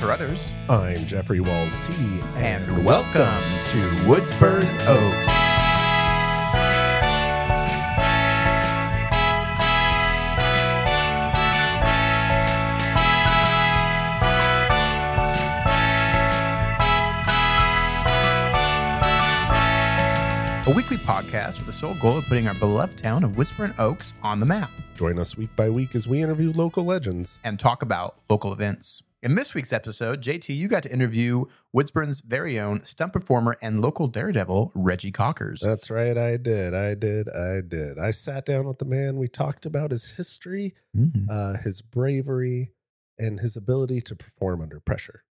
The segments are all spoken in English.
Brothers, I'm Jeffrey Walls T, and welcome to Woodsburg Oaks. A weekly podcast with the sole goal of putting our beloved town of Whispering Oaks on the map. join us week by week as we interview local legends. and talk about local events. In this week's episode, JT, you got to interview Woodsburn's very own stunt performer and local daredevil, Reggie Cockers. That's right, I did, I did, I did. I sat down with the man. We talked about his history, Mhm. uh, his bravery, and his ability to perform under pressure.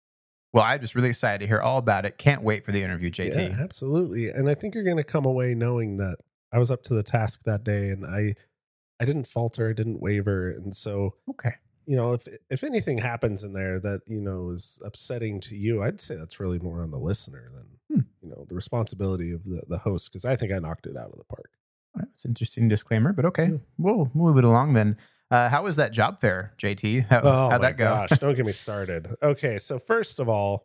Well, I'm just really excited to hear all about it. Can't wait for the interview, JT. Yeah, absolutely. And I think you're going to come away knowing that I was up to the task that day, and I, I didn't falter, I didn't waver, and so Okay. you know, if if anything happens in there that you know is upsetting to you, I'd say that's really more on the listener than Hmm. you know the responsibility of the the host because I think I knocked it out of the park. All right, It's an interesting disclaimer, but okay. Yeah. We'll move it along then. Uh, how was that job fair, JT? How, Oh, how'd that go? Oh, gosh, don't get me started. Okay, so first of all,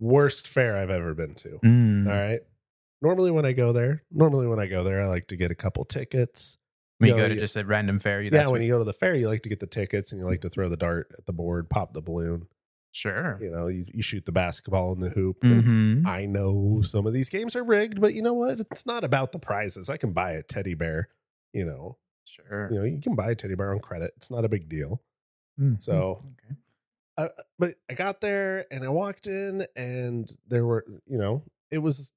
worst fair I've ever been to. Mm, All right. Normally when I go there, normally when I go there, I like to get a couple tickets. when you yo, go to yeah. just a random fair, you, yeah, that's when what- you go to the fair, you like to get the tickets and you like to throw the dart at the board, pop the balloon. sure. You know, you, you shoot the basketball in the hoop. hmm I know some of these games are rigged, but you know what? It's not about the prizes. I can buy a teddy bear, you know. Sure. You know, you can buy a teddy bear on credit. It's not a big deal. Mhm. So- Okay. Uh, but I got there and I walked in and there were, you know, it was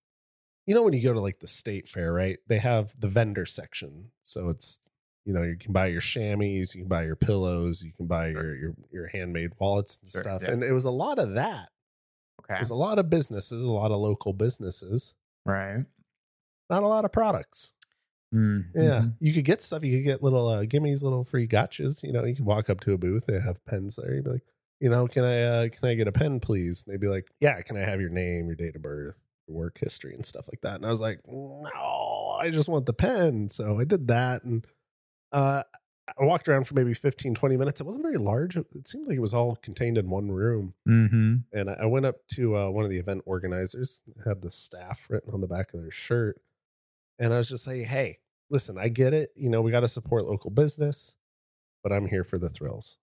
you know when you go to like the state fair, right? They have the vendor section. So it's you know, you can buy your chamois, you can buy your pillows, you can buy your your, your handmade wallets and Sure, stuff. yeah. And it was a lot of that. okay. There's a lot of businesses, a lot of local businesses, Right. not a lot of products. Mm, Yeah, mhm. you could get stuff. You could get little uh, gimme's, little free gotchas. You know, you could walk up to a booth. They have pens there. You'd be like, you know, can I uh, can I get a pen, please? And they'd be like, yeah. Can I have your name, your date of birth, your work history, and stuff like that? And I was like, no, I just want the pen. So I did that, and uh, I walked around for maybe 15, 20 minutes. It wasn't very large. It seemed like it was all contained in one room. Mm-hmm. And I I went up to uh, one of the event organizers, had the staff written on the back of their shirt. And I was just like, hey, listen, I get it. You know, we got to support local business, but I'm here for the thrills.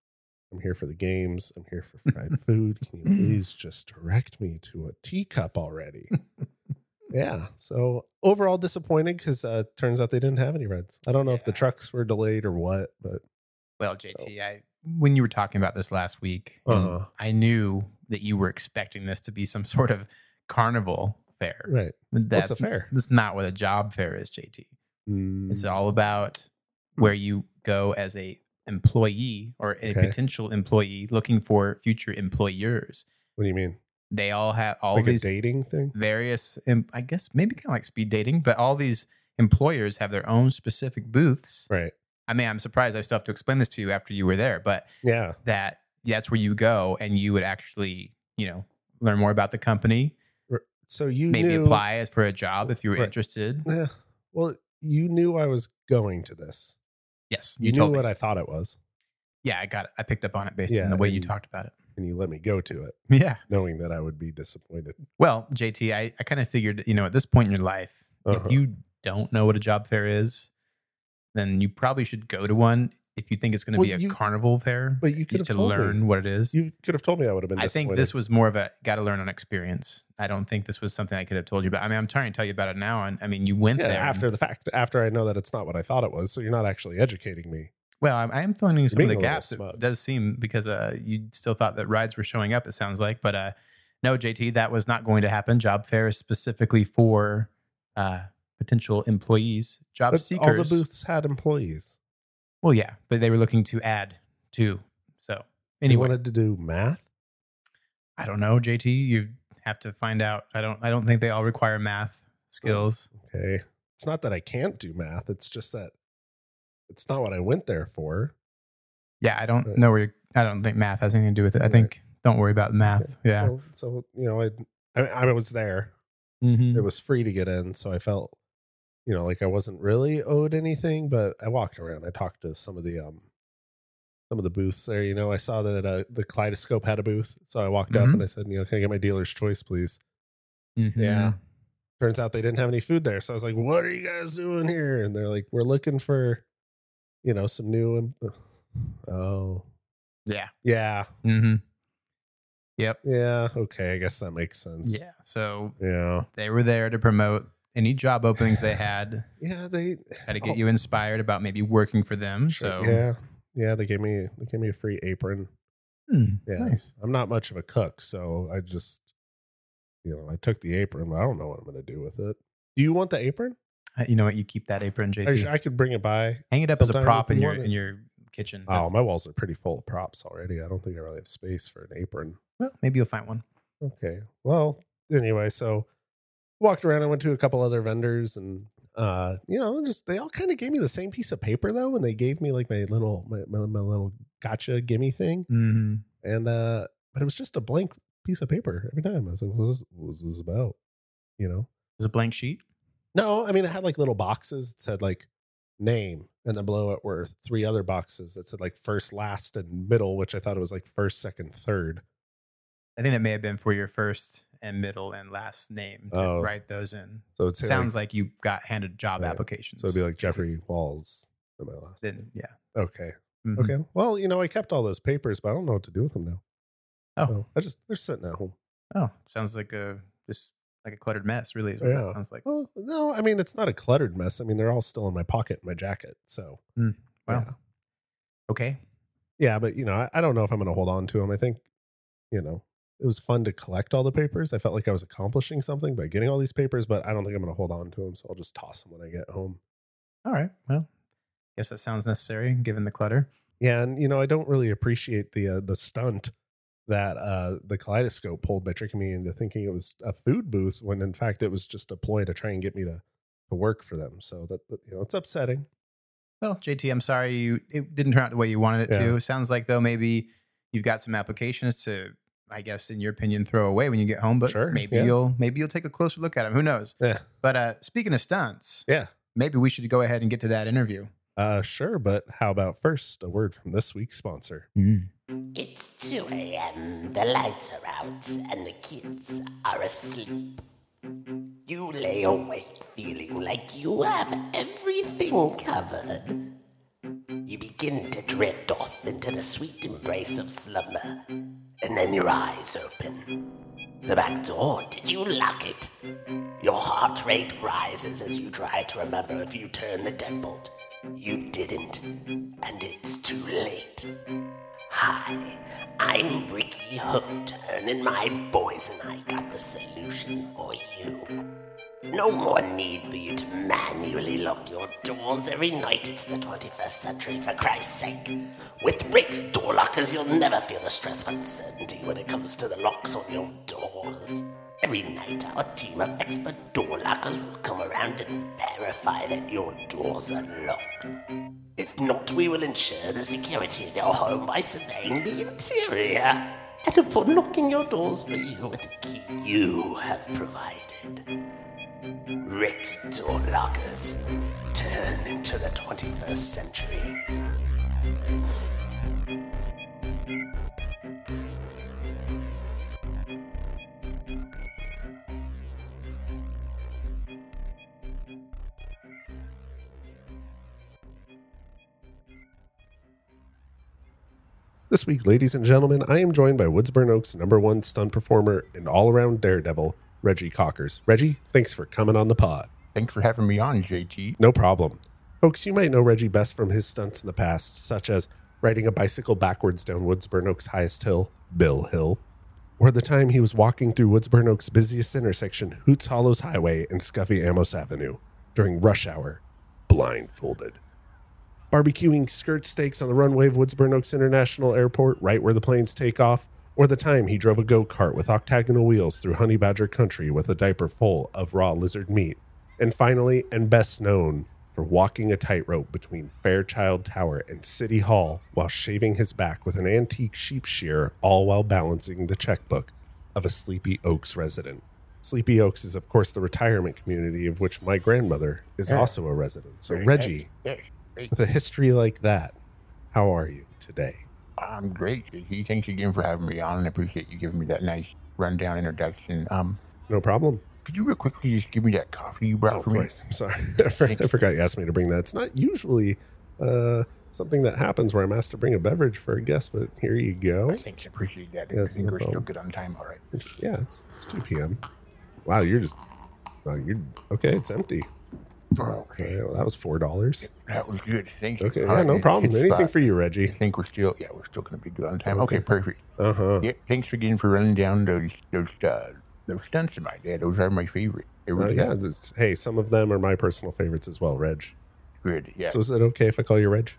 I'm here for the games. I'm here for fried food. Can you Mm. please just direct me to a teacup already? yeah. So overall disappointed because uh, turns out they didn't have any reds. I don't know if the Yeah. trucks were delayed or what, but Well, JT, I when you were talking about this last week, and Uh-huh. I knew that you were expecting this to be some sort of carnival fair. right. But That's What's a fair? That's not what a job fair is, JT. It's Mm, Hmm. all about where you go as a employee or a Okay. potential employee looking for future employers. what do you mean? They all have all like these a dating thing? various, em- I guess maybe kind of like speed dating, but all these employers have their own specific booths. Right. I mean, I'm surprised I still have to explain this to you after you were there, but Yeah. that that's where you go and you would actually, you know, learn more about the company, So you maybe knew, apply as for a job if you were Right. interested. Eh, well, you knew I was going to this. Yes, You, you, knew told what me. I thought it was, yeah, I got it. I picked up on it based on Yeah, the way you and- talked about it. and you let me go to it, Yeah. knowing that I would be disappointed. Well, JT, I, I kind of figured, you know, at this point in your life, Uh-huh. if you don't know what a job fair is, then you probably should go to one if you think it's going to Well, be a you- carnival fair But you could have to told learn Me. what it is. You could have told me I would have been. I think this was more of a got to learn on experience. I don't think this was something I could have told you about. I mean, I'm trying to tell you about it now. And I mean, you went yeah, there and- after the fact, after I know that it's not what I thought it was. So you're not actually educating me. Well, I'm, I am filling in some of being the a little gaps. It smug. does seem because uh, you still thought that rides were showing up. It sounds like, but uh, no, JT, that was not going to happen. Job fair is specifically for uh, potential employees, job But seekers. all the booths had employees. Well, yeah, but they were looking to add to. So They anyway, wanted to do math. I don't know, JT. You have to find out. I don't. I don't think they all require math skills. Okay, it's not that I can't do math. It's just that it's not what I went there for. Yeah, I don't Right. know where. You're, I don't think math has anything to do with it. I Right. think don't worry about math. Okay. Yeah. Well, so you know, I, I I was there. Mhm. it was free to get in so i felt you know like i wasn't really owed anything but i walked around i talked to some of the um some of the booths there. You know, I saw that uh, the Kaleidoscope had a booth, so I walked up Mhm. and I said, you know, can I get my dealer's choice, please? Yeah. Turns out they didn't have any food there, so I was like, what are you guys doing here? And they're like, we're looking for, you know, some new. Oh, Yeah. yeah, Mm-hmm. Yep. yeah, okay, I guess that makes sense. Yeah. So yeah, they were there to promote any job openings they had, yeah. They try to get you inspired about maybe working for them. Oh. Sure. So yeah, yeah. They gave me they gave me a free apron. Hmm, Yeah. nice. I'm not much of a cook, so I just, you know, I took the apron, but I don't know what I'm going to do with it. Do you want the apron? Uh, You know what? You keep that apron, JT. I, sh- I could bring it by. Hang it up as a Sometime prop if in you your want it. in your kitchen. Oh, That's- my walls are pretty full of props already. I don't think I really have space for an apron. well, maybe you'll find one. Okay. Well, anyway, so walked around. I went to a couple other vendors, and uh, you know, just they all kind of gave me the same piece of paper though, and they gave me like my little my, my, my little gotcha gimme thing. Mm-hmm. and uh but it was just a blank piece of paper every time i was like what was, what was this about you know It was a blank sheet. no i mean it had like little boxes that said like name and then below it were three other boxes that said like first last and middle which i thought it was like first second third I think that may have been for your first and middle and last name to Oh. write those in. so it Sounds like, you got handed job Yeah. applications. so it'd be like jeffrey walls am I last then yeah. okay Mhm. okay well you know i kept all those papers but i don't know what to do with them now Oh. So i just they're sitting at home Oh, sounds like a just like a cluttered mess. Really, is what Yeah. that sounds like. well no i mean it's not a cluttered mess i mean they're all still in my pocket and my jacket so Hmm. Wow. yeah. Okay. Yeah, but you know, I, I don't know if I'm going to hold on to them. I think, you know, it was fun to collect all the papers. I felt like I was accomplishing something by getting all these papers, but I don't think I'm going to hold on to them. So I'll just toss them when I get home. All right. Well, guess that sounds necessary given the clutter. Yeah, and you know, I don't really appreciate the uh, the stunt that uh, the kaleidoscope pulled by tricking me into thinking it was a food booth when in fact it was just a ploy to try and get me to to work for them. So that that, you know, it's upsetting. Well, JT, I'm sorry you it didn't turn out the way you wanted it Yeah. to. Sounds like though maybe you've got some applications to, I guess, in your opinion, throw away when you get home. But Sure, maybe yeah. you'll maybe you'll take a closer look at them. Who knows? Yeah. But uh, speaking of stunts, Yeah. maybe we should go ahead and get to that interview. Uh, sure, but how about first a word from this week's sponsor? Mm. It's 2 a.m., the lights are out, and the kids are asleep. You lay awake feeling like you have everything covered. You begin to drift off into the sweet embrace of slumber, and then your eyes open. The back door, did you lock it? Your heart rate rises as you try to remember if you turned the deadbolt. You didn't, and it's too late. Hi, I'm Ricky Hoofturn, and my boys and I got the solution for you. No more need for you to manually lock your doors every night. It's the 21st century, for Christ's sake. With Rick's door lockers, you'll never feel the stress of uncertainty when it comes to the locks on your doors. Every night, our team of expert door lockers will come around and verify that your doors are locked. If not, we will ensure the security of your home by surveying the interior and upon locking your doors for you with the key you have provided. Rick's door lockers turn into the 21st century. This week, ladies and gentlemen, I am joined by Woodsburn Oaks number one stunt performer and all around daredevil, Reggie Cockers. Reggie, thanks for coming on the pod. Thanks for having me on, JT. No problem. Folks, you might know Reggie best from his stunts in the past, such as riding a bicycle backwards down Woodsburn Oaks' highest hill, Bill Hill, or the time he was walking through Woodsburn Oaks' busiest intersection, Hoots Hollows Highway and Scuffy Amos Avenue, during rush hour, blindfolded. Barbecuing skirt steaks on the runway of Woodsburn Oaks International Airport, right where the planes take off, or the time he drove a go kart with octagonal wheels through Honey Badger Country with a diaper full of raw lizard meat. And finally, and best known for walking a tightrope between Fairchild Tower and City Hall while shaving his back with an antique sheep shear, all while balancing the checkbook of a Sleepy Oaks resident. Sleepy Oaks is, of course, the retirement community of which my grandmother is also a resident. So, Reggie, Yes. Hey, with a history like that, how are you? today? I'm great, JT. Thanks again for having me on. and I appreciate you giving me that nice rundown introduction. Um, No problem. could you real quickly just give me that coffee you brought Oh, for me? Christ, I'm sorry. I for- I forgot you asked me to bring that. It's not usually uh, something that happens where I'm asked to bring a beverage for a guest, but here you go. Thanks, I appreciate that. Yes, I think no we're still problem. good on time. All right. Yeah, it's, it's 2 p.m. Wow, you're just. Wow, you're okay. It's empty. All Okay, right, well, that was four dollars. that was good. Thank you. Okay, All yeah, right, no it's- problem. it's Anything fine. for you, I Reggie. think we're still, yeah, we're still going to be good on time. Okay, Okay. perfect. Uh huh. Yeah, thanks for again for running down those those uh, those stunts of mine. Yeah, those are my favorite. They Uh, really yeah. are there's- Hey, some of them are my personal favorites as well, Reg. good. Yeah, Uh, So is it okay if I call you Reg?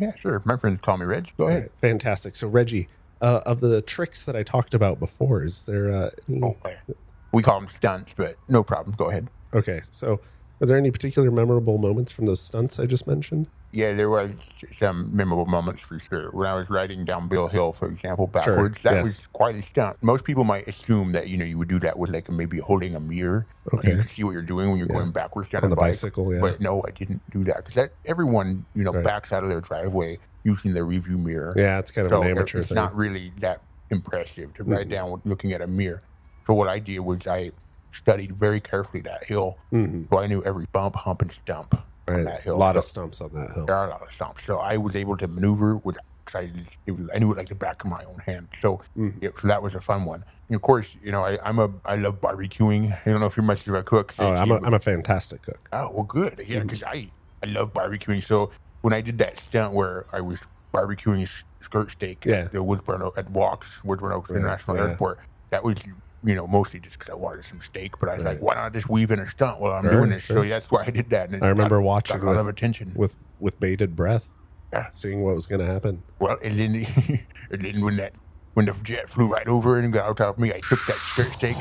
yeah, sure. My friends call me Reg. Go ahead. Alright, fantastic. So Reggie, uh, of the tricks that I talked about before, is there uh, any? Oh, yeah. we call them stunts, but no problem. Go ahead. Okay, so are there any particular memorable moments from those stunts I just mentioned? Yeah, there was some memorable moments for sure. When I was riding down Bill Hill, for example, backwards, that yes. was quite a stunt. Most people might assume that you know you would do that with like maybe holding a mirror. and You Okay. can see what you're doing when you're Yeah. going backwards down On a the bike. bicycle, yeah. But no, I didn't do that because that everyone you know Right. backs out of their driveway using their review mirror. yeah, it's kind of so an amateur it's thing. not really that impressive to ride down with- looking at a mirror. So what I did was I studied very carefully that hill, Mhm. so I knew every bump, hump, and stump on Right, that A hill. lot So of stumps on that hill. there are a lot of stumps, so I was able to maneuver with. 'cause I, just- it was- I knew it like the back of my own hand, so Mm-hmm. yeah, so that was a fun one. And of course, you know I, I'm a I love barbecuing. I don't know if you're much of a cook. Oh, JT, I'm Mm-hmm. a, but- I'm a fantastic cook. Oh, well, good. Yeah, because I, I love barbecuing. So when I did that stunt where I was barbecuing s- skirt steak Yeah. at the Woodburn O- at Walks, Woodburn Oaks Right, International yeah. Airport, that was, you know, mostly just because I wanted some steak. But I was Right. like, why not just weave in a stunt while I'm Sure, doing this? So sure. that's why I did that. And it I remember got- watching got a lot with- of attention. with with bated breath, Yeah. seeing what was going to happen. Well, and then, and then when that when the jet flew right over and got on top of me, I took that skirt steak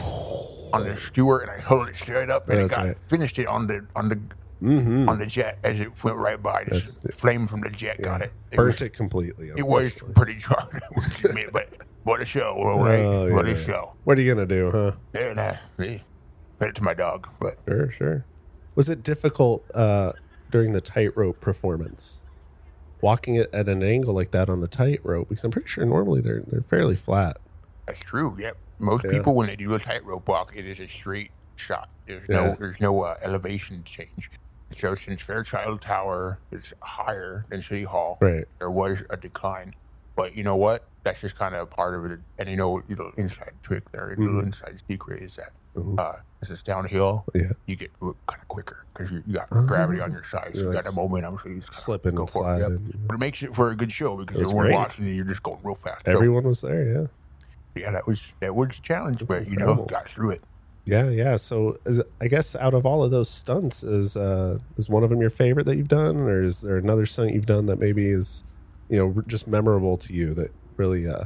on the skewer and I held it straight up and That's I got right. finished it on the on the Mm-hmm. on the jet as it went right by. Just the flame from the jet got it. It Burnt was, it completely. it was unfortunately. pretty hard, I must admit, but what a show! All right, Oh, what yeah. a show! What are you going to do, huh? And I hey, fed it to my dog, but Sure, sure. Was it difficult uh, during the tightrope performance? Walking it at an angle like that on the tightrope, because I'm pretty sure normally they're they're fairly flat. that's true. Yep, most Yeah. people when they do a tightrope walk, it is a straight shot. There's Yeah. no there's no uh, elevation change. So since Fairchild Tower is higher than City Hall, Right. there was a decline. But you know what? That's just kind of part of it. And you know, you know, inside trick there, a little Mm-hmm. inside secret is that Mhm. uh, as it's downhill, Yeah. you get kind of quicker because you, you got gravity on your side. So You're you like got a momentum. So you just kinda Slipping go and for it. Yep. sliding. But it makes it for a good show because It was everyone great. watching you, you're just going real fast. So, Everyone was there, yeah. yeah, that was that was a challenge, but you know, incredible. got through it. Yeah, yeah. So is, I guess out of all of those stunts, is uh, is one of them your favorite that you've done, or is there another stunt you've done that maybe is, you know, just memorable to you that really uh,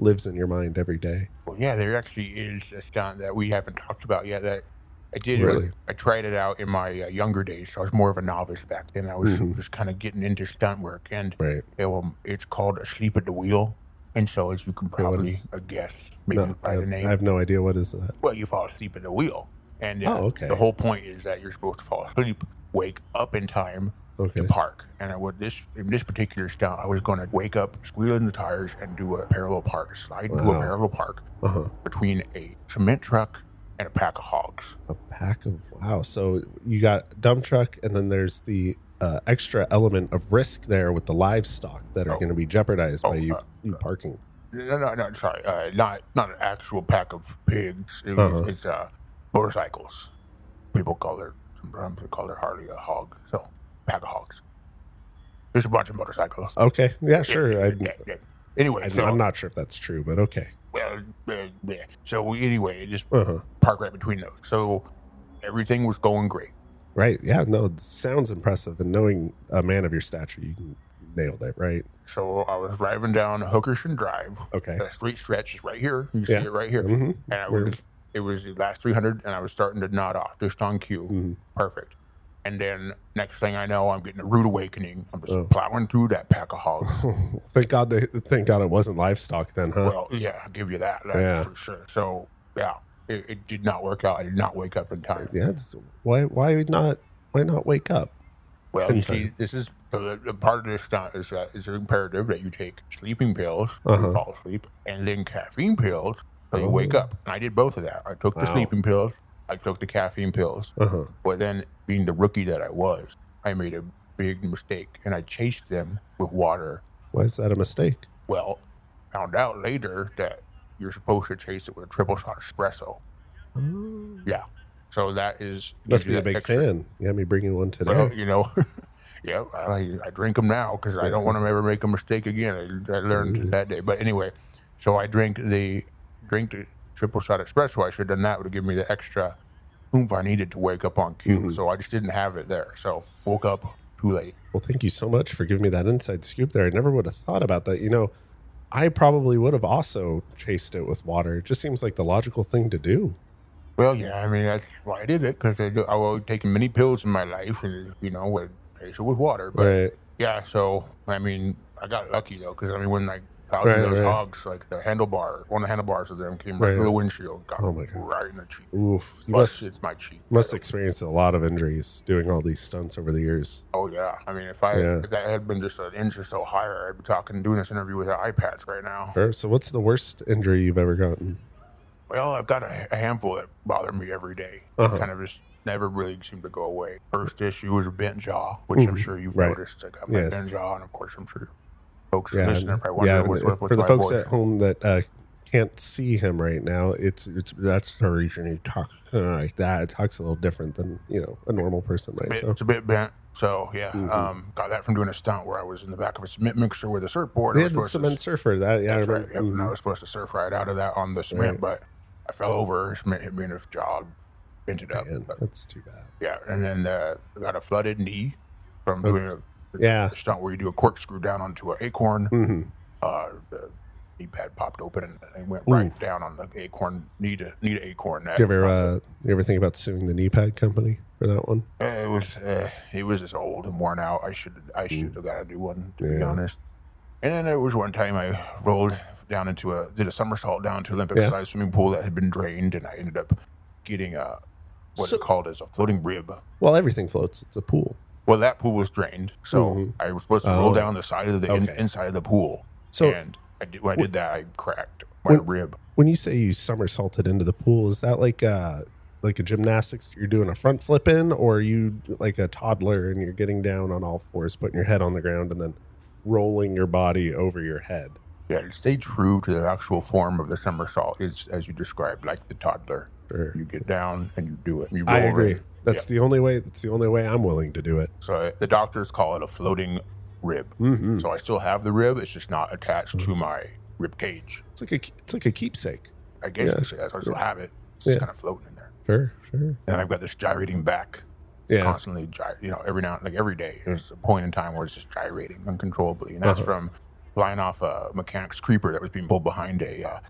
lives in your mind every day? Well, yeah, there actually is a stunt that we haven't talked about yet that I did. Really? I tried it out in my uh, younger days. So I was more of a novice back then. I was Mm-hmm. just kind of getting into stunt work, and Right. it, um, it's called "Asleep at the Wheel." And so, as you can what probably is- uh, uh, guess, maybe No, I, by the name, I have no idea what is that. well, you fall asleep at the wheel. And uh, Oh, okay. the whole point is that you're supposed to fall asleep, wake up in time Okay. to park. And I would this in this particular stunt, I was going to wake up, squeal in the tires, and do a parallel park, slide to a Wow. parallel park Uh huh. between a cement truck and a pack of hogs. A pack of wow. So you got dump truck, and then there's the uh, extra element of risk there with the livestock that are Oh. going to be jeopardized Oh, by you, uh, you parking. No, no, no, sorry, uh, not not an actual pack of pigs. It, Uh-huh. It's uh, motorcycles. People call their sometimes they call their Harley a hog. So pack of hogs. There's a bunch of motorcycles. Okay. Yeah. Yeah, Uh, Sure. yeah, I, yeah, yeah. Anyway, I, so I'm not sure if that's true, but okay. well, uh, yeah. so we, anyway, just Uh huh. park right between those. So everything was going great. Right. Yeah. No, it sounds impressive. And knowing a man of your stature, you nailed it, right? So I was driving down Hookerson Drive. Okay. That street stretch is right here. You Yeah. see it right here. hmm And I Where- was, it was the last 300, and I was starting to nod off just on cue. Mhm. Perfect. And then next thing I know, I'm getting a rude awakening. I'm just Oh. plowing through that pack of hogs. Mm-hmm. thank God they thank God it wasn't livestock then, huh? Well, yeah, I'll give you that. That's Yeah. for sure. So, yeah, it, it did not work out. I did not wake up in time. yeah. it's- Why why not why not wake up? Well, you see, this is So the, the part of this stunt is that it's imperative that you take sleeping pills Uh-huh. to fall asleep, and then caffeine pills so you wake Oh. up. And I did both of that. I took the Wow. sleeping pills. I took the caffeine pills. Uh huh. But then, being the rookie that I was, I made a big mistake, and I chased them with water. Why is that a mistake? Well, found out later that you're supposed to chase it with a triple shot espresso. Oh. Yeah. So that is Must gives you be a that big extra- fan. You had me bringing one today. well, you know, yeah, I, I drink them now because I don't want to ever make a mistake again. I, I learned Mm-hmm. that day. But anyway, so I drink the drink the triple shot espresso. I should have done that. Would have given me the extra oomph I needed to wake up on Mm-hmm. cue. So I just didn't have it there. So woke up too late. Well, thank you so much for giving me that inside scoop there. I never would have thought about that. You know, I probably would have also chased it with water. It just seems like the logical thing to do. Well, yeah, I mean that's why I did it because I, do- I was taking many pills in my life, and you know, would face it with water. But Right. yeah, so I mean, I got lucky though because I mean when like. Right, Thousands of those right. hogs, like the handlebar, one of the handlebars of them came right, Right. through the windshield, got Oh my God. right in the cheek. Oof. You must Busted my cheek. must experience a lot of injuries doing all these stunts over the years. Oh yeah, I mean if I Yeah. if that had been just an inch or so higher, I'd be talking doing this interview with iPads right now. Sure. So, what's the worst injury you've ever gotten? Well, I've got a, a handful that bother me every day. Uh-huh. Kind of just never really seem to go away. First issue was a bent jaw, which I'm sure you've Right. noticed. I got my Yes. bent jaw, and of course I'm sure folks Yeah, listening are probably yeah. wondering what's up with for the my folks voice. at home that uh, can't see him right now, it's it's that's the reason he talks kinda like that. It talks a little different than you know a normal person, right? bit- So, Mm-hmm. it's a bit bent. So yeah, um, got that from doing a stunt where I was in the back of a cement mixer with a surfboard. they I was had the supposed to cement surfer. That yeah, I That's right. remember. Mm-hmm. Yep. And I was supposed to surf right out of that on the cement, but I fell over. Cement hit me in the jaw, bent it up. Mhm. Man, But, that's too bad. yeah, and then uh, I got a flooded knee from Oh, doing a yeah. a stunt where you do a corkscrew down onto an acorn. hmm Uh, the knee pad popped open and I went Ooh. right down on the acorn. Need a need an acorn. That Do you ever uh, you ever think about suing the knee pad company for that one? Uh, it was uh, it was just old and worn out. I should I should have got to do one to be Mm. Yeah. honest. And then there was one time I rolled down into a did a somersault down to Olympic Yeah. sized swimming pool that had been drained, and I ended up getting a what's So- it called as a floating rib. Well, everything floats. It's a pool. Well, that pool was drained, so Mhm. I was supposed to Oh. roll down the side of the in, Okay. inside of the pool. So- and I did, when I did that, I cracked my When- rib. When you say you somersaulted into the pool, is that like uh like a gymnastics? You're doing a front flip in, or are you like a toddler and you're getting down on all fours, putting your head on the ground, and then rolling your body over your head? Yeah, to stay true to the actual form of the somersault. It's as you described, like the toddler. Sure. You get down and you do it. You I roll over. agree. That's the only way. That's the only way I'm willing to do it. So the doctors call it a floating rib. Mm-hmm. So I still have the rib. It's just not attached to my rib cage. It's like a it's like a keepsake. I guess Yeah. you could say that. So I still have it. It's Yeah. just kind of floating in there. Sure, sure. And I've got this gyrating back. It's Yeah. Constantly, gy- you know, every now, like every day, there's a point in time where it's just gyrating uncontrollably. And that's Uh-huh. from flying off a mechanic's creeper that was being pulled behind a, uh,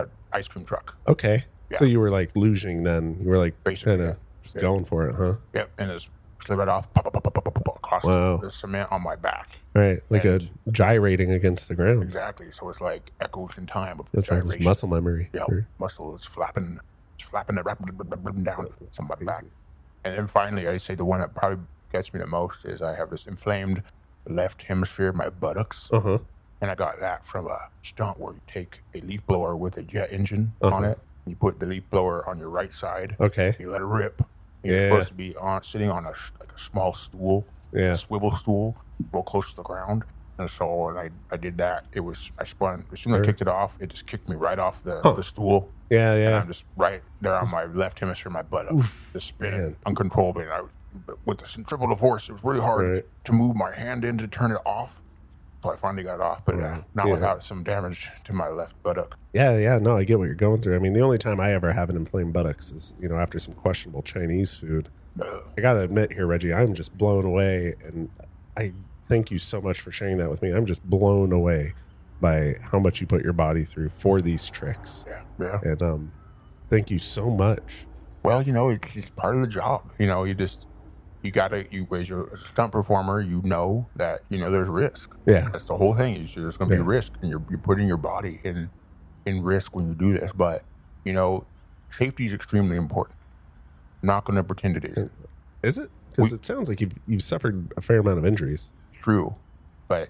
a ice cream truck. Okay. Yeah. So you were like losing then. You were like Basically, kind yeah. of just going for it, huh? Yep. And it's slid right off, pop, pop, pop, pop, pop, pop, pop, across Wow. the cement on my back. Right, like And- a gyrating against the ground. Exactly. So it's like echoes in time of That's right, it's gyration. muscle memory. Yeah, Sure. muscle is flapping, it's flapping it rap- rap- rap- rap- rap- down That's on my crazy. back. And then finally, I say the one that probably gets me the most is I have this inflamed left hemisphere, of my buttocks, Uh huh. and I got that from a stunt where you take a leaf blower with a jet engine on Uh-huh. it. You put the leaf blower on your right side. Okay. You let it rip. You're Yeah. supposed to be on sitting on a s- like a small stool, Yeah. a swivel stool, real close to the ground. And so when I, I did that, it was I spun as soon as I kicked it off, it just kicked me right off the, Huh. the stool. Yeah, And yeah. I'm just right there on my left hemisphere, my butt up, just spinning man. uncontrollably. And I, but with the centripetal force, it was really hard Right. to move my hand in to turn it off. So I finally got it off, but uh, not Yeah. without some damage to my left buttock. Yeah, yeah. No, I get what you're going through. I mean, the only time I ever have an inflamed buttocks is, you know, after some questionable Chinese food. Ugh. I got to admit here, Reggie, I'm just blown away. And I thank you so much for sharing that with me. I'm just blown away by how much you put your body through for these tricks. Yeah, yeah. And um, thank you so much. Well, you know, it's, it's part of the job. You know, you just you gotta you as your as a stunt performer, you know that you know there's risk. Yeah. That's the whole thing. Is there's going to Yeah. be risk, and you're, you're putting your body in in risk when you do this. But you know, safety is extremely important. I'm not going to pretend it is. Is it? Because We- it sounds like you've, you've suffered a fair amount of injuries. true, but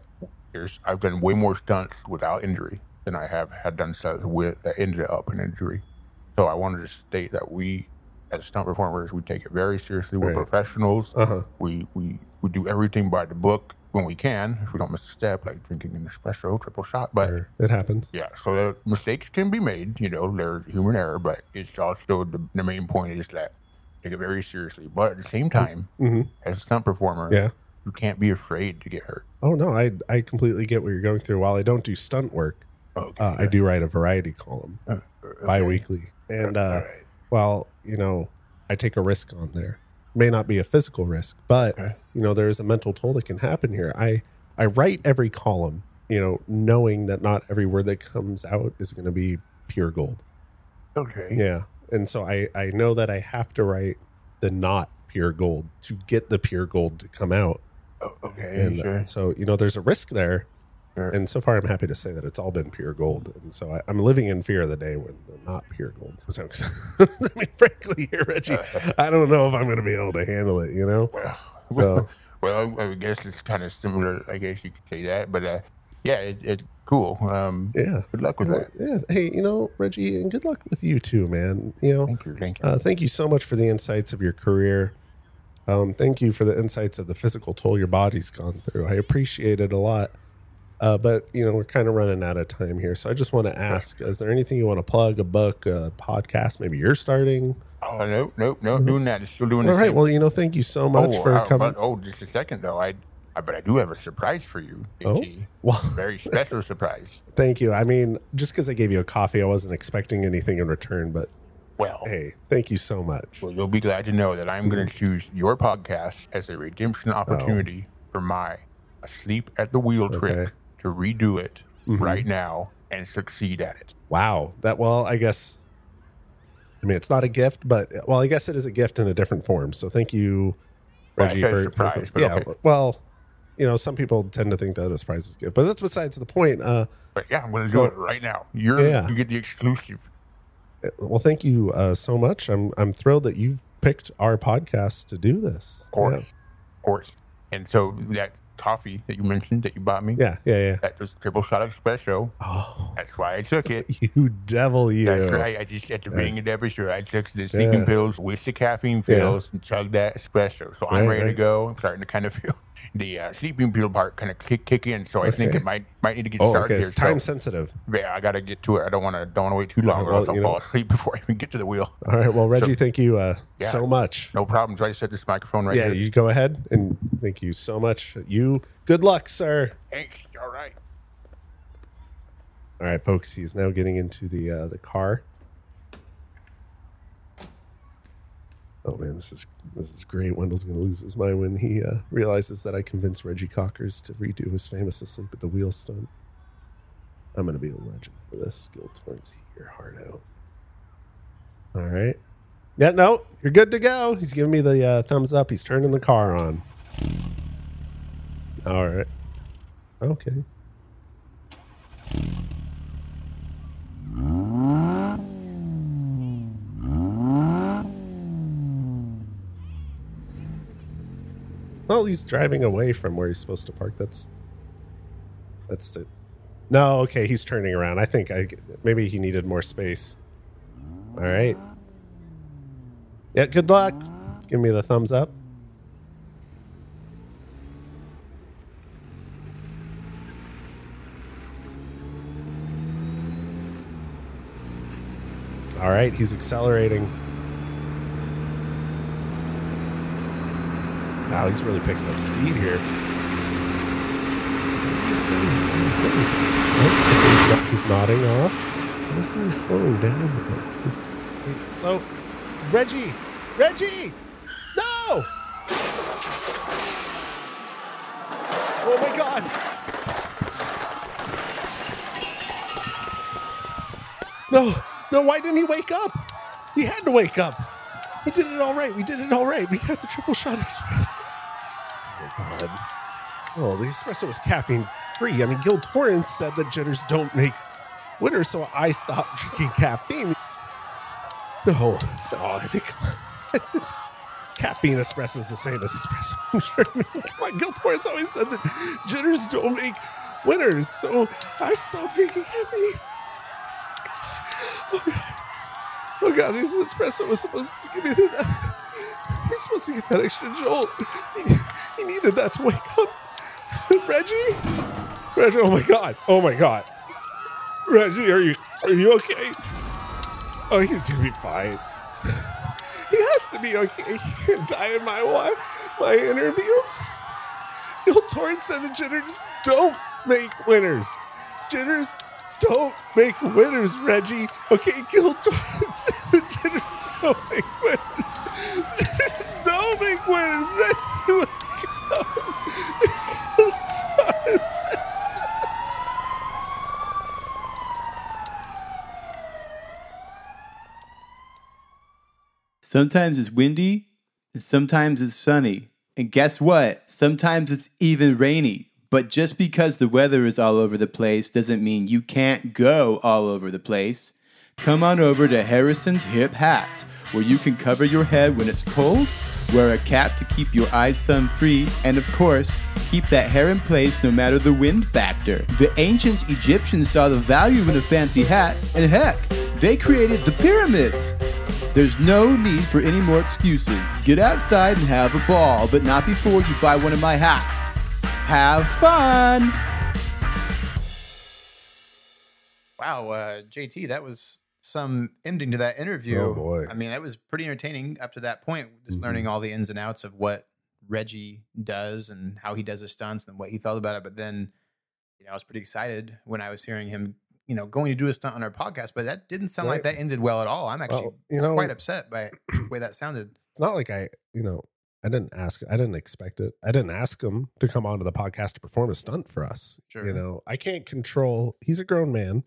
there's I've done way more stunts without injury than I have had done stunts with that ended up in injury. So I wanted to state that we, as stunt performers, we take it very seriously. We're Right. professionals. Uh-huh. We we we do everything by the book when we can. If we don't miss a step, like drinking an espresso, triple shot, but. Sure. It happens. Yeah, so there, mistakes can be made. You know, there's human error, but it's also the, the main point is that take it very seriously. But at the same time, as a stunt performer, Mm-hmm. Yeah. you can't be afraid to get hurt. Oh no, I I completely get what you're going through. While I don't do stunt work, Okay, uh, I do write a variety column bi-weekly, and uh, Alright. well, you know, I take a risk on there. May not be a physical risk, but Okay. you know, there is a mental toll that can happen here. I I write every column, you know, knowing that not every word that comes out is going to be pure gold. okay, Yeah, and so I I know that I have to write the not pure gold to get the pure gold to come out. o- Oh, okay, And uh, sure, so, you know, there's a risk there. sure. And so far, I'm happy to say that it's all been pure gold. And so I, I'm living in fear of the day when the not pure gold comes out. 'Cause, I mean, frankly, here, Reggie, I don't know if I'm going to be able to handle it, you know? So- well, I guess it's kind of similar. I guess you could say that, but uh, yeah, it, it's cool. Um, Yeah. Good luck with that. Yeah. Hey, you know, Reggie, and good luck with you too, man. You know, Thank you, thank you. uh, thank you so much for the insights of your career. Um, thank you for the insights of the physical toll your body's gone through. I appreciate it a lot. Uh, but you know we're kind of running out of time here, so I just want to ask: Is there anything you want to plug? A book, a podcast? Maybe you're starting. oh no, no, no, doing that. It's still doing the mm-hmm. All right. same Well, you know, thank you so much for uh, coming. But, oh, just a second though. I, I but I do have a surprise for you. Oh, JT. well, very special surprise. thank you. I mean, just because I gave you a coffee, I wasn't expecting anything in return, but Well, hey, thank you so much. well, you'll be glad to know that I'm going to choose your podcast as a Oh. redemption opportunity for my asleep at the wheel Okay. Mm-hmm. trick to redo it right now and succeed at it. Wow. That, well, I guess, I mean, it's not a gift, but, well, I guess it is a gift in a different form. So thank you, Well, I Reggie, said for, surprise, for- but yeah. okay. but- Well, you know, some people tend to think that a surprise is a gift, but that's besides the point. Uh, But yeah, I'm going to So- do it right now. You're Yeah. you get the exclusive. well, thank you uh, so much. I'm, I'm thrilled that you've picked our podcast to do this. Of course. Of course. And so that coffee that you mentioned that you bought me, Yeah. Yeah. Yeah. yeah. that was triple shot espresso. Oh, That's why I took it. you devil, you. That's right. I just at the beginning of the episode, I took the sleeping Yeah. pills with the caffeine pills and chugged that espresso. So I'm Right, ready to right. go. I'm starting to kind of feel the uh, sleeping pill part kind of kick, kick in. So I think Okay. it might might need to get Oh, started okay. here. It's time so, sensitive. yeah, I got to get to it. I don't want to don't want to wait too long, or well, else I'll you fall know- asleep before I even get to the wheel. All right. Well, Reggie, thank you uh, Yeah. so much. No problem. Try to set this microphone right Yeah, here. you go ahead and thank you so much. You good luck, sir. Thanks. All right. All right, folks. He's now getting into the uh, the car. Oh man, this is this is great. Wendell's gonna lose his mind when he uh, realizes that I convinced Reggie Cockers to redo his famous "Asleep at the Wheel" stunt. I'm gonna be a legend for this. Skill towards eat your heart out. All right. Yeah, no, you're good to go. He's giving me the uh, thumbs up. He's turning the car on. All right. Okay. Well, he's driving away from where he's supposed to park. That's that's it. No, okay, he's turning around. I think I maybe he needed more space. All right. Yeah, good luck. Give me the thumbs up. All right, he's accelerating. Wow, he's really picking up speed here. What is he saying? He's getting- Oh, okay, he's, he's nodding off. What is he slowing down? He's, he's slow. Reggie! Reggie! No! Oh my god! No, no, why didn't he wake up? He had to wake up. We did it all right. We did it all right. We got the triple shot express. Oh, my God. Oh, the espresso was caffeine free. I mean, Gil Torrance said that jitters don't make winners, so I stopped drinking caffeine. No, no, I think it's, it's caffeine espresso is the same as espresso. I'm sure. My guilt points always said that jitters don't make winners, so I stopped drinking caffeine. Oh god, oh god this espresso was supposed to give me that. We're supposed to get that extra jolt. He, he needed that to wake up. Reggie, Reggie, oh my god, oh my god, Reggie, are you are you okay? Oh, he's gonna be fine. He has to be okay. He can die in my wa- my interview. Bill Torrance said the jitters don't make winners. Jitters don't make winners, Reggie. Okay, Gil Torrance said the jitters don't make winners. Jitters don't make winners, Reggie. wake up. Gil Torrance said- Sometimes it's windy and sometimes it's sunny. And guess what? Sometimes it's even rainy. But just because the weather is all over the place doesn't mean you can't go all over the place. Come on over to Harrison's Hip Hats, where you can cover your head when it's cold, wear a cap to keep your eyes sun free, and of course, keep that hair in place no matter the wind factor. The ancient Egyptians saw the value in a fancy hat, and heck, they created the pyramids. There's no need for any more excuses. Get outside and have a ball, but not before you buy one of my hats. Have fun! Wow, uh, JT, that was some ending to that interview. Oh, boy. I mean, it was pretty entertaining up to that point, just Mhm. learning all the ins and outs of what Reggie does and how he does his stunts and what he felt about it. But then, you know, I was pretty excited when I was hearing him, you know, going to do a stunt on our podcast. But that didn't sound like Right. that ended well at all. I'm actually Well, you know, quite upset by the way that sounded. it's not like I, you know, I didn't ask, I didn't expect it. I didn't ask him to come onto the podcast to perform a stunt for us. Sure. You know, I can't control, he's a grown man.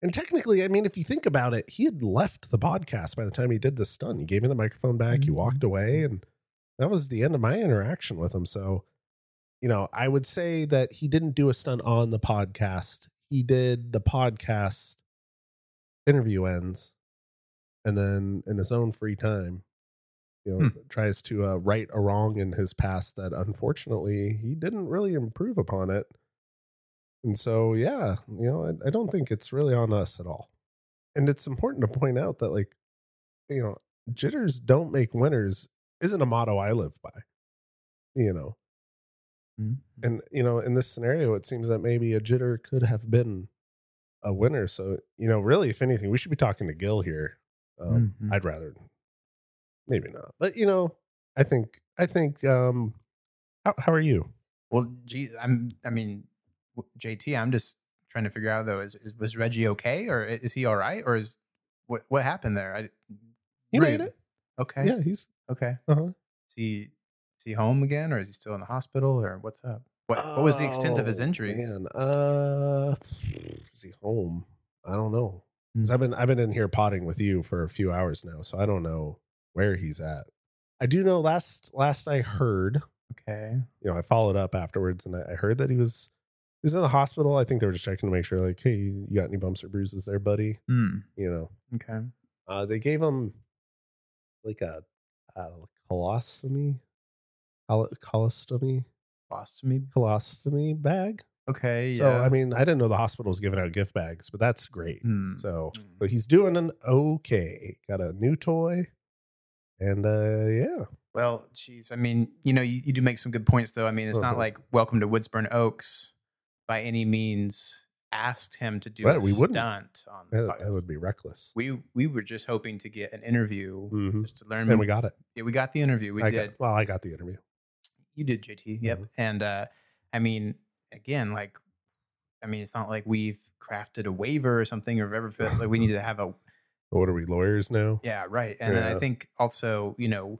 And technically, I mean, if you think about it, he had left the podcast by the time he did the stunt. He gave me the microphone back, he walked away, and that was the end of my interaction with him. So, you know, I would say that he didn't do a stunt on the podcast. He did the podcast interview ends, and then in his own free time, you know, tries to uh, right a wrong in his past that unfortunately he didn't really improve upon it. And so, yeah, you know, I, I don't think it's really on us at all. And it's important to point out that, like, you know, jitters don't make winners isn't a motto I live by, you know. And, you know, in this scenario, it seems that maybe a jitter could have been a winner. So, you know, really, if anything, we should be talking to Gil here. Um, Mhm. I'd rather maybe not. But you know, I think I think um how how are you? Well, gee, I'm. I mean, w- JT, I'm just trying to figure out though. Is, is was Reggie okay, or i- is he all right, or is what what happened there? I, He made Rude. it. Okay. Yeah, he's Okay. uh-huh. Is he is he home again, or is he still in the hospital, or what's up? What what was the extent of his Oh, injury? Man, uh is he home? I don't know. 'Cause Hmm. I've been I've been in here potting with you for a few hours now, so I don't know where he's at. I do know last last I heard Okay. you know, I followed up afterwards and I I heard that he was he was in the hospital. I think they were just checking to make sure, like, hey, you got any bumps or bruises there, buddy? Hmm. You know. Okay. Uh, they gave him like a, a colostomy, col- colostomy, Lost me. colostomy bag. Okay. So yeah. I mean, I didn't know the hospital was giving out gift bags, but that's great. Hmm. So, but he's doing an okay. Got a new toy, and uh, yeah, Well, geez, I mean, you know, you, you do make some good points, though. I mean, it's not Uh-huh. like Welcome to Woodsburn Oaks by any means asked him to do Right, a we wouldn't. stunt on the that, podcast. that would be reckless. We we were just hoping to get an interview Mhm. just to learn. And we got it. yeah, we got the interview. We I did. Got, well, I got the interview. You did, JT. Yep. Mhm. And uh, I mean, again, like, I mean, it's not like we've crafted a waiver or something or ever felt like we need to have a What are we lawyers now? yeah, right. And then I Yeah. think also, you know,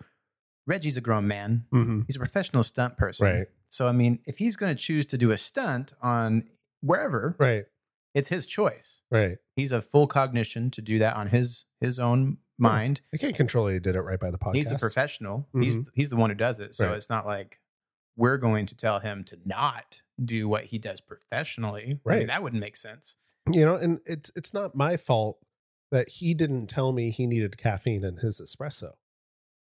Reggie's a grown man. hmm He's a professional stunt person. Right. So I mean, if he's going to choose to do a stunt on wherever, Right. it's his choice. Right. He's a full cognition to do that on his his own mind. I can't control it. He did it right by the podcast. Mm-hmm. He's a professional. He's he's the one who does it. So Right. it's not like we're going to tell him to not do what he does professionally. I mean, Right. that wouldn't make sense. you know and it's it's not my fault that he didn't tell me he needed caffeine in his espresso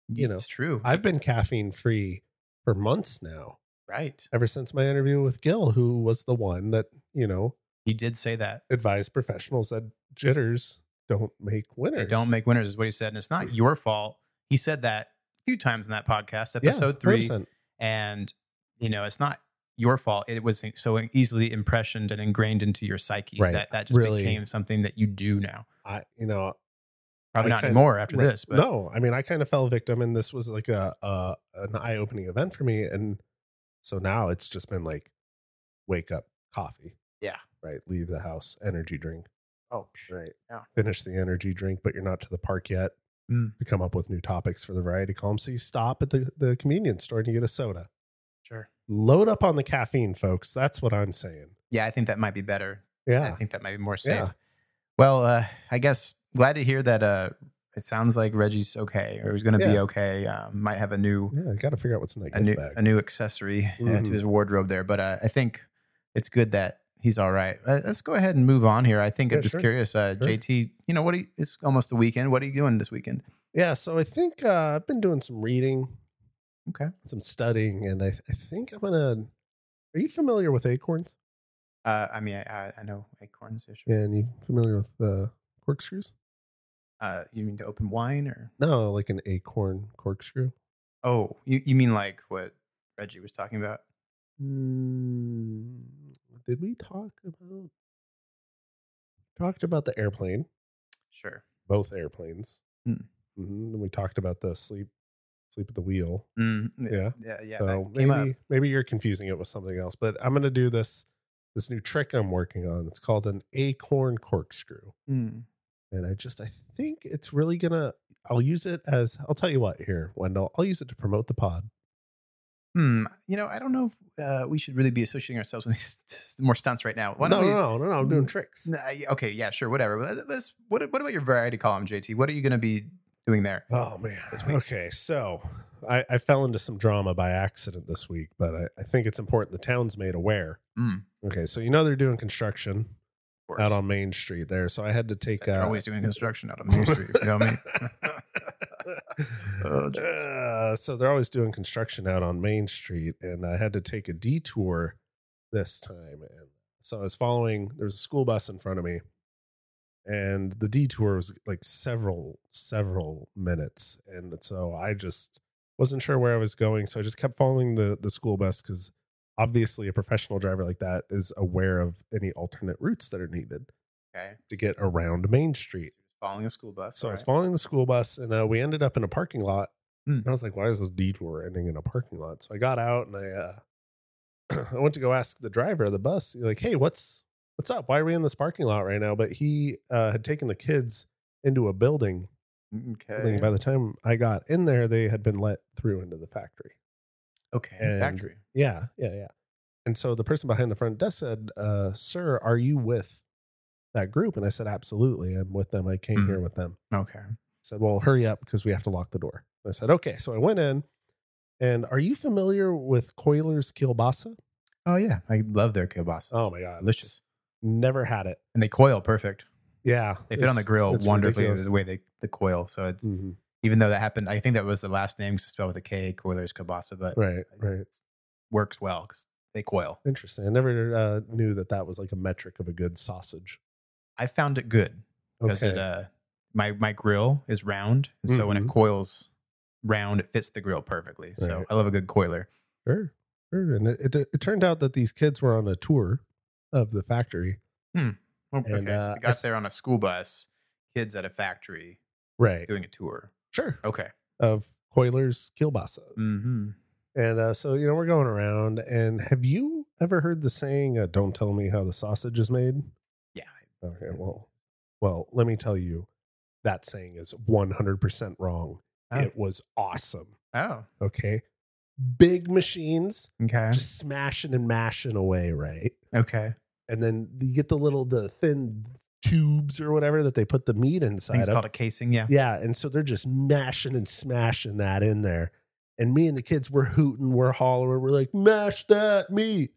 You know, it's true. I've been caffeine free for months now, right. ever since my interview with Gil, who was the one that, you know, He did say that. advised professionals that jitters don't make winners. They don't make winners, is what he said. And it's not your fault. He said that a few times in that podcast, Yeah, episode three. 100%. And, you know, it's not your fault. It was e, so easily impressioned and ingrained into your psyche Right. that that just Really. became something that you do now. I, you know, Probably I not kinda- anymore after Right. this, but no, I mean, I kind of fell victim, and this was like a, a an eye opening event for me, and so now it's just been like, wake up, coffee, Yeah. right, leave the house, energy drink, oh, right, Yeah. finish the energy drink, but you're not to the park yet Mm. to come up with new topics for the variety column. So you stop at the the convenience store and you get a soda. sure. Load up on the caffeine, folks. That's what I'm saying. Yeah, I think that might be better. I Yeah, think that might be more safe. Yeah. Well, uh, I guess glad to hear that uh, it sounds like Reggie's okay or he's going to be Yeah. okay. Um, might have a new yeah. I got to figure out what's in that a gift new bag. a new accessory uh, Mhm. to his wardrobe there. But uh, I think it's good that he's all right. Uh, let's go ahead and move on here. I think Yeah, I'm just sure. curious, uh, Sure. JT. You know what? Are you, it's almost the weekend. What are you doing this weekend? Yeah, so I think uh, I've been doing some reading, Okay. some studying, and I, I think I'm gonna. Are you familiar with acorns? Uh, I mean, I- I, I know acorns. Yeah, sure. And you familiar with uh, corkscrews? Uh, you mean to open wine or? No, like an acorn corkscrew. Oh, you, you mean like what Reggie was talking about? Mm, did we talk about? Talked about the airplane, Sure. both airplanes. Hmm. Mhm, And we talked about the sleep, sleep at the wheel. Mm, Yeah. Yeah. Yeah. so that came up. maybe maybe you're confusing it with something else but i'm going to do this this new trick i'm working on it's called an acorn corkscrew Mm. and i just i think it's really going to i'll use it as i'll tell you what here wendell i'll use it to promote the pod Hmm. You know, I don't know if uh, we should really be associating ourselves with these more stunts right now. Why no, don't we, no no no no i'm doing tricks N- I- Okay, yeah, sure, whatever. But uh, let's, what, what about your variety column, JT? What are you going to be doing there? oh man okay so I, I fell into some drama by accident this week but I, I think it's important the town's made aware Mm, okay so you know they're doing construction of course. out on main street there so i had to take They're uh, always doing construction out on Main Street. You know what I mean? Oh, geez. Uh, so they're always doing construction out on Main Street, and I had to take a detour this time. And so I was following. There was a school bus in front of me, and the detour was like several, several minutes. And so I just wasn't sure where I was going, so I just kept following the the school bus because obviously a professional driver like that is aware of any alternate routes that are needed Okay. to get around Main Street. Following a school bus. So I was alright. following the school bus, and uh, we ended up in a parking lot. Hmm. And I was like, "Why is this detour ending in a parking lot?" So I got out and I uh, I went to go ask the driver of the bus, like, "Hey, what's what's up? Why are we in this parking lot right now?" But he uh, had taken the kids into a building. I Okay. think by the time I got in there, they had been let through into the factory. Okay. and- Factory. Yeah, yeah, yeah. And so the person behind the front desk said, uh, "Sir, are you with that group?" And I said, "Absolutely, I'm with them. I came Hmm. here with them." Okay. said, "Well, hurry up because we have to lock the door." And I said, "Okay." So I went in, and are you familiar with Coiler's kielbasa? Oh, yeah. I love their kielbasa. Oh my god, Delicious. Never had it. And they coil perfect. Yeah, They fit on the it's- grill it's wonderfully ridiculous. the way they the coil. So it's, Mhm. even though that happened, I think that was the last name spelled with a K, Coiler's Kielbasa, but Right, right. works well because they coil. Interesting. I never uh, knew that that was like a metric of a good sausage. I found it good because Okay, it uh my my grill is round, and so when it Mhm. coils round, it fits the grill perfectly. So Right. I love a good coiler. sure, sure. And it, it, it turned out that these kids were on a tour of the factory. Okay, And, so uh, they I got s- there on a school bus, kids at a factory Right. doing a tour. Sure. Okay, Of Coiler's kielbasa. mm-hmm. And uh, so, you know, we're going around. And have you ever heard the saying, uh, "Don't tell me how the sausage is made"? yeah, Okay, well, well, let me tell you, that saying is one hundred percent wrong. Oh. It was awesome. oh, Okay, big machines okay, just smashing and mashing away, right? okay. And then you get the little the thin tubes or whatever that they put the meat I think inside it's of. called a casing. Yeah, Yeah, and so they're just mashing and smashing that in there. And me and the kids were hooting, we're hollering, we're like, mash that meat,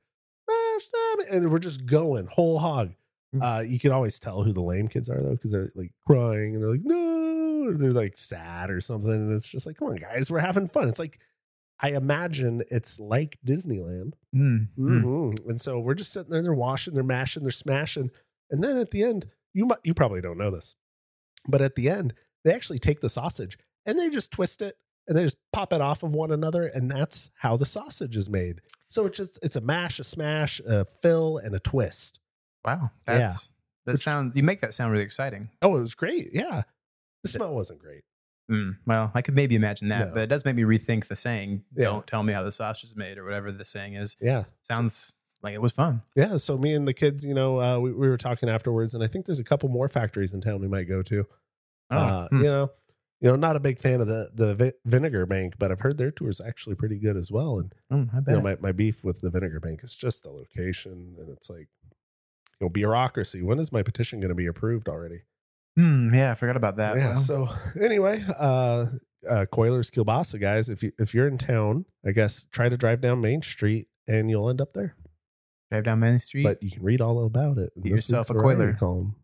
mash that meat. And we're just going whole hog. Mm. Uh, you can always tell who the lame kids are though, because they're like crying and they're like, no. or they're like sad or something. And it's just like, come on, guys, we're having fun. It's like, I imagine it's like Disneyland. Mm. Mm. Mhm. And so we're just sitting there, they're washing, they're mashing, they're smashing. And then at the end, you might, you probably don't know this, but at the end, they actually take the sausage and they just twist it and they just pop it off of one another. And that's how the sausage is made. So it's just, it's a mash, a smash, a fill, and a twist. Wow, Yeah. that's that sounds. You make that sound really exciting. Oh, it was great. Yeah. The smell wasn't great. Mm, well, I could maybe imagine that, No. but it does make me rethink the saying. Yeah. Don't tell me how the sausage is made or whatever the saying is. Yeah. Sounds like it was fun. Yeah. So me and the kids, you know, uh, we, we were talking afterwards, and I think there's a couple more factories in town we might go to. Oh, uh, hmm. you know, you know, not a big fan of the the vi- Vinegar Bank, but I've heard their tour is actually pretty good as well. And Mm, I you bet. know, my my beef with the Vinegar Bank is just the location, and it's like, you know, bureaucracy. When is my petition going to be approved already? Hmm, yeah, I forgot about that. yeah. Well, So anyway, uh, uh, Coilers Kielbasa guys, if you if you're in town, I guess try to drive down Main Street, and you'll end up there. drive down Main Street. But you can read all about it. in Get this yourself week's a variety Coiler. column.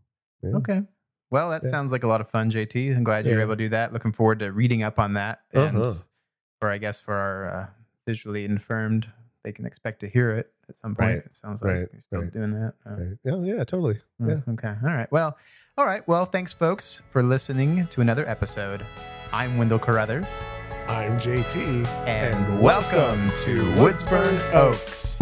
Yeah. Okay. Well, that Yeah. sounds like a lot of fun, JT. I'm glad you were Yeah. able to do that. Looking forward to reading up on that. And Uh-huh. for, I guess, for our uh, visually infirmed, they can expect to hear it at some point. Right. It sounds like Right. you're still Right. doing that. Uh, Right. Yeah, yeah, totally. mm, Okay. All right. Well, all right. Well, thanks, folks, for listening to another episode. I'm Wendell Carruthers, I'm JT. and, And welcome to Woodsburn Oaks.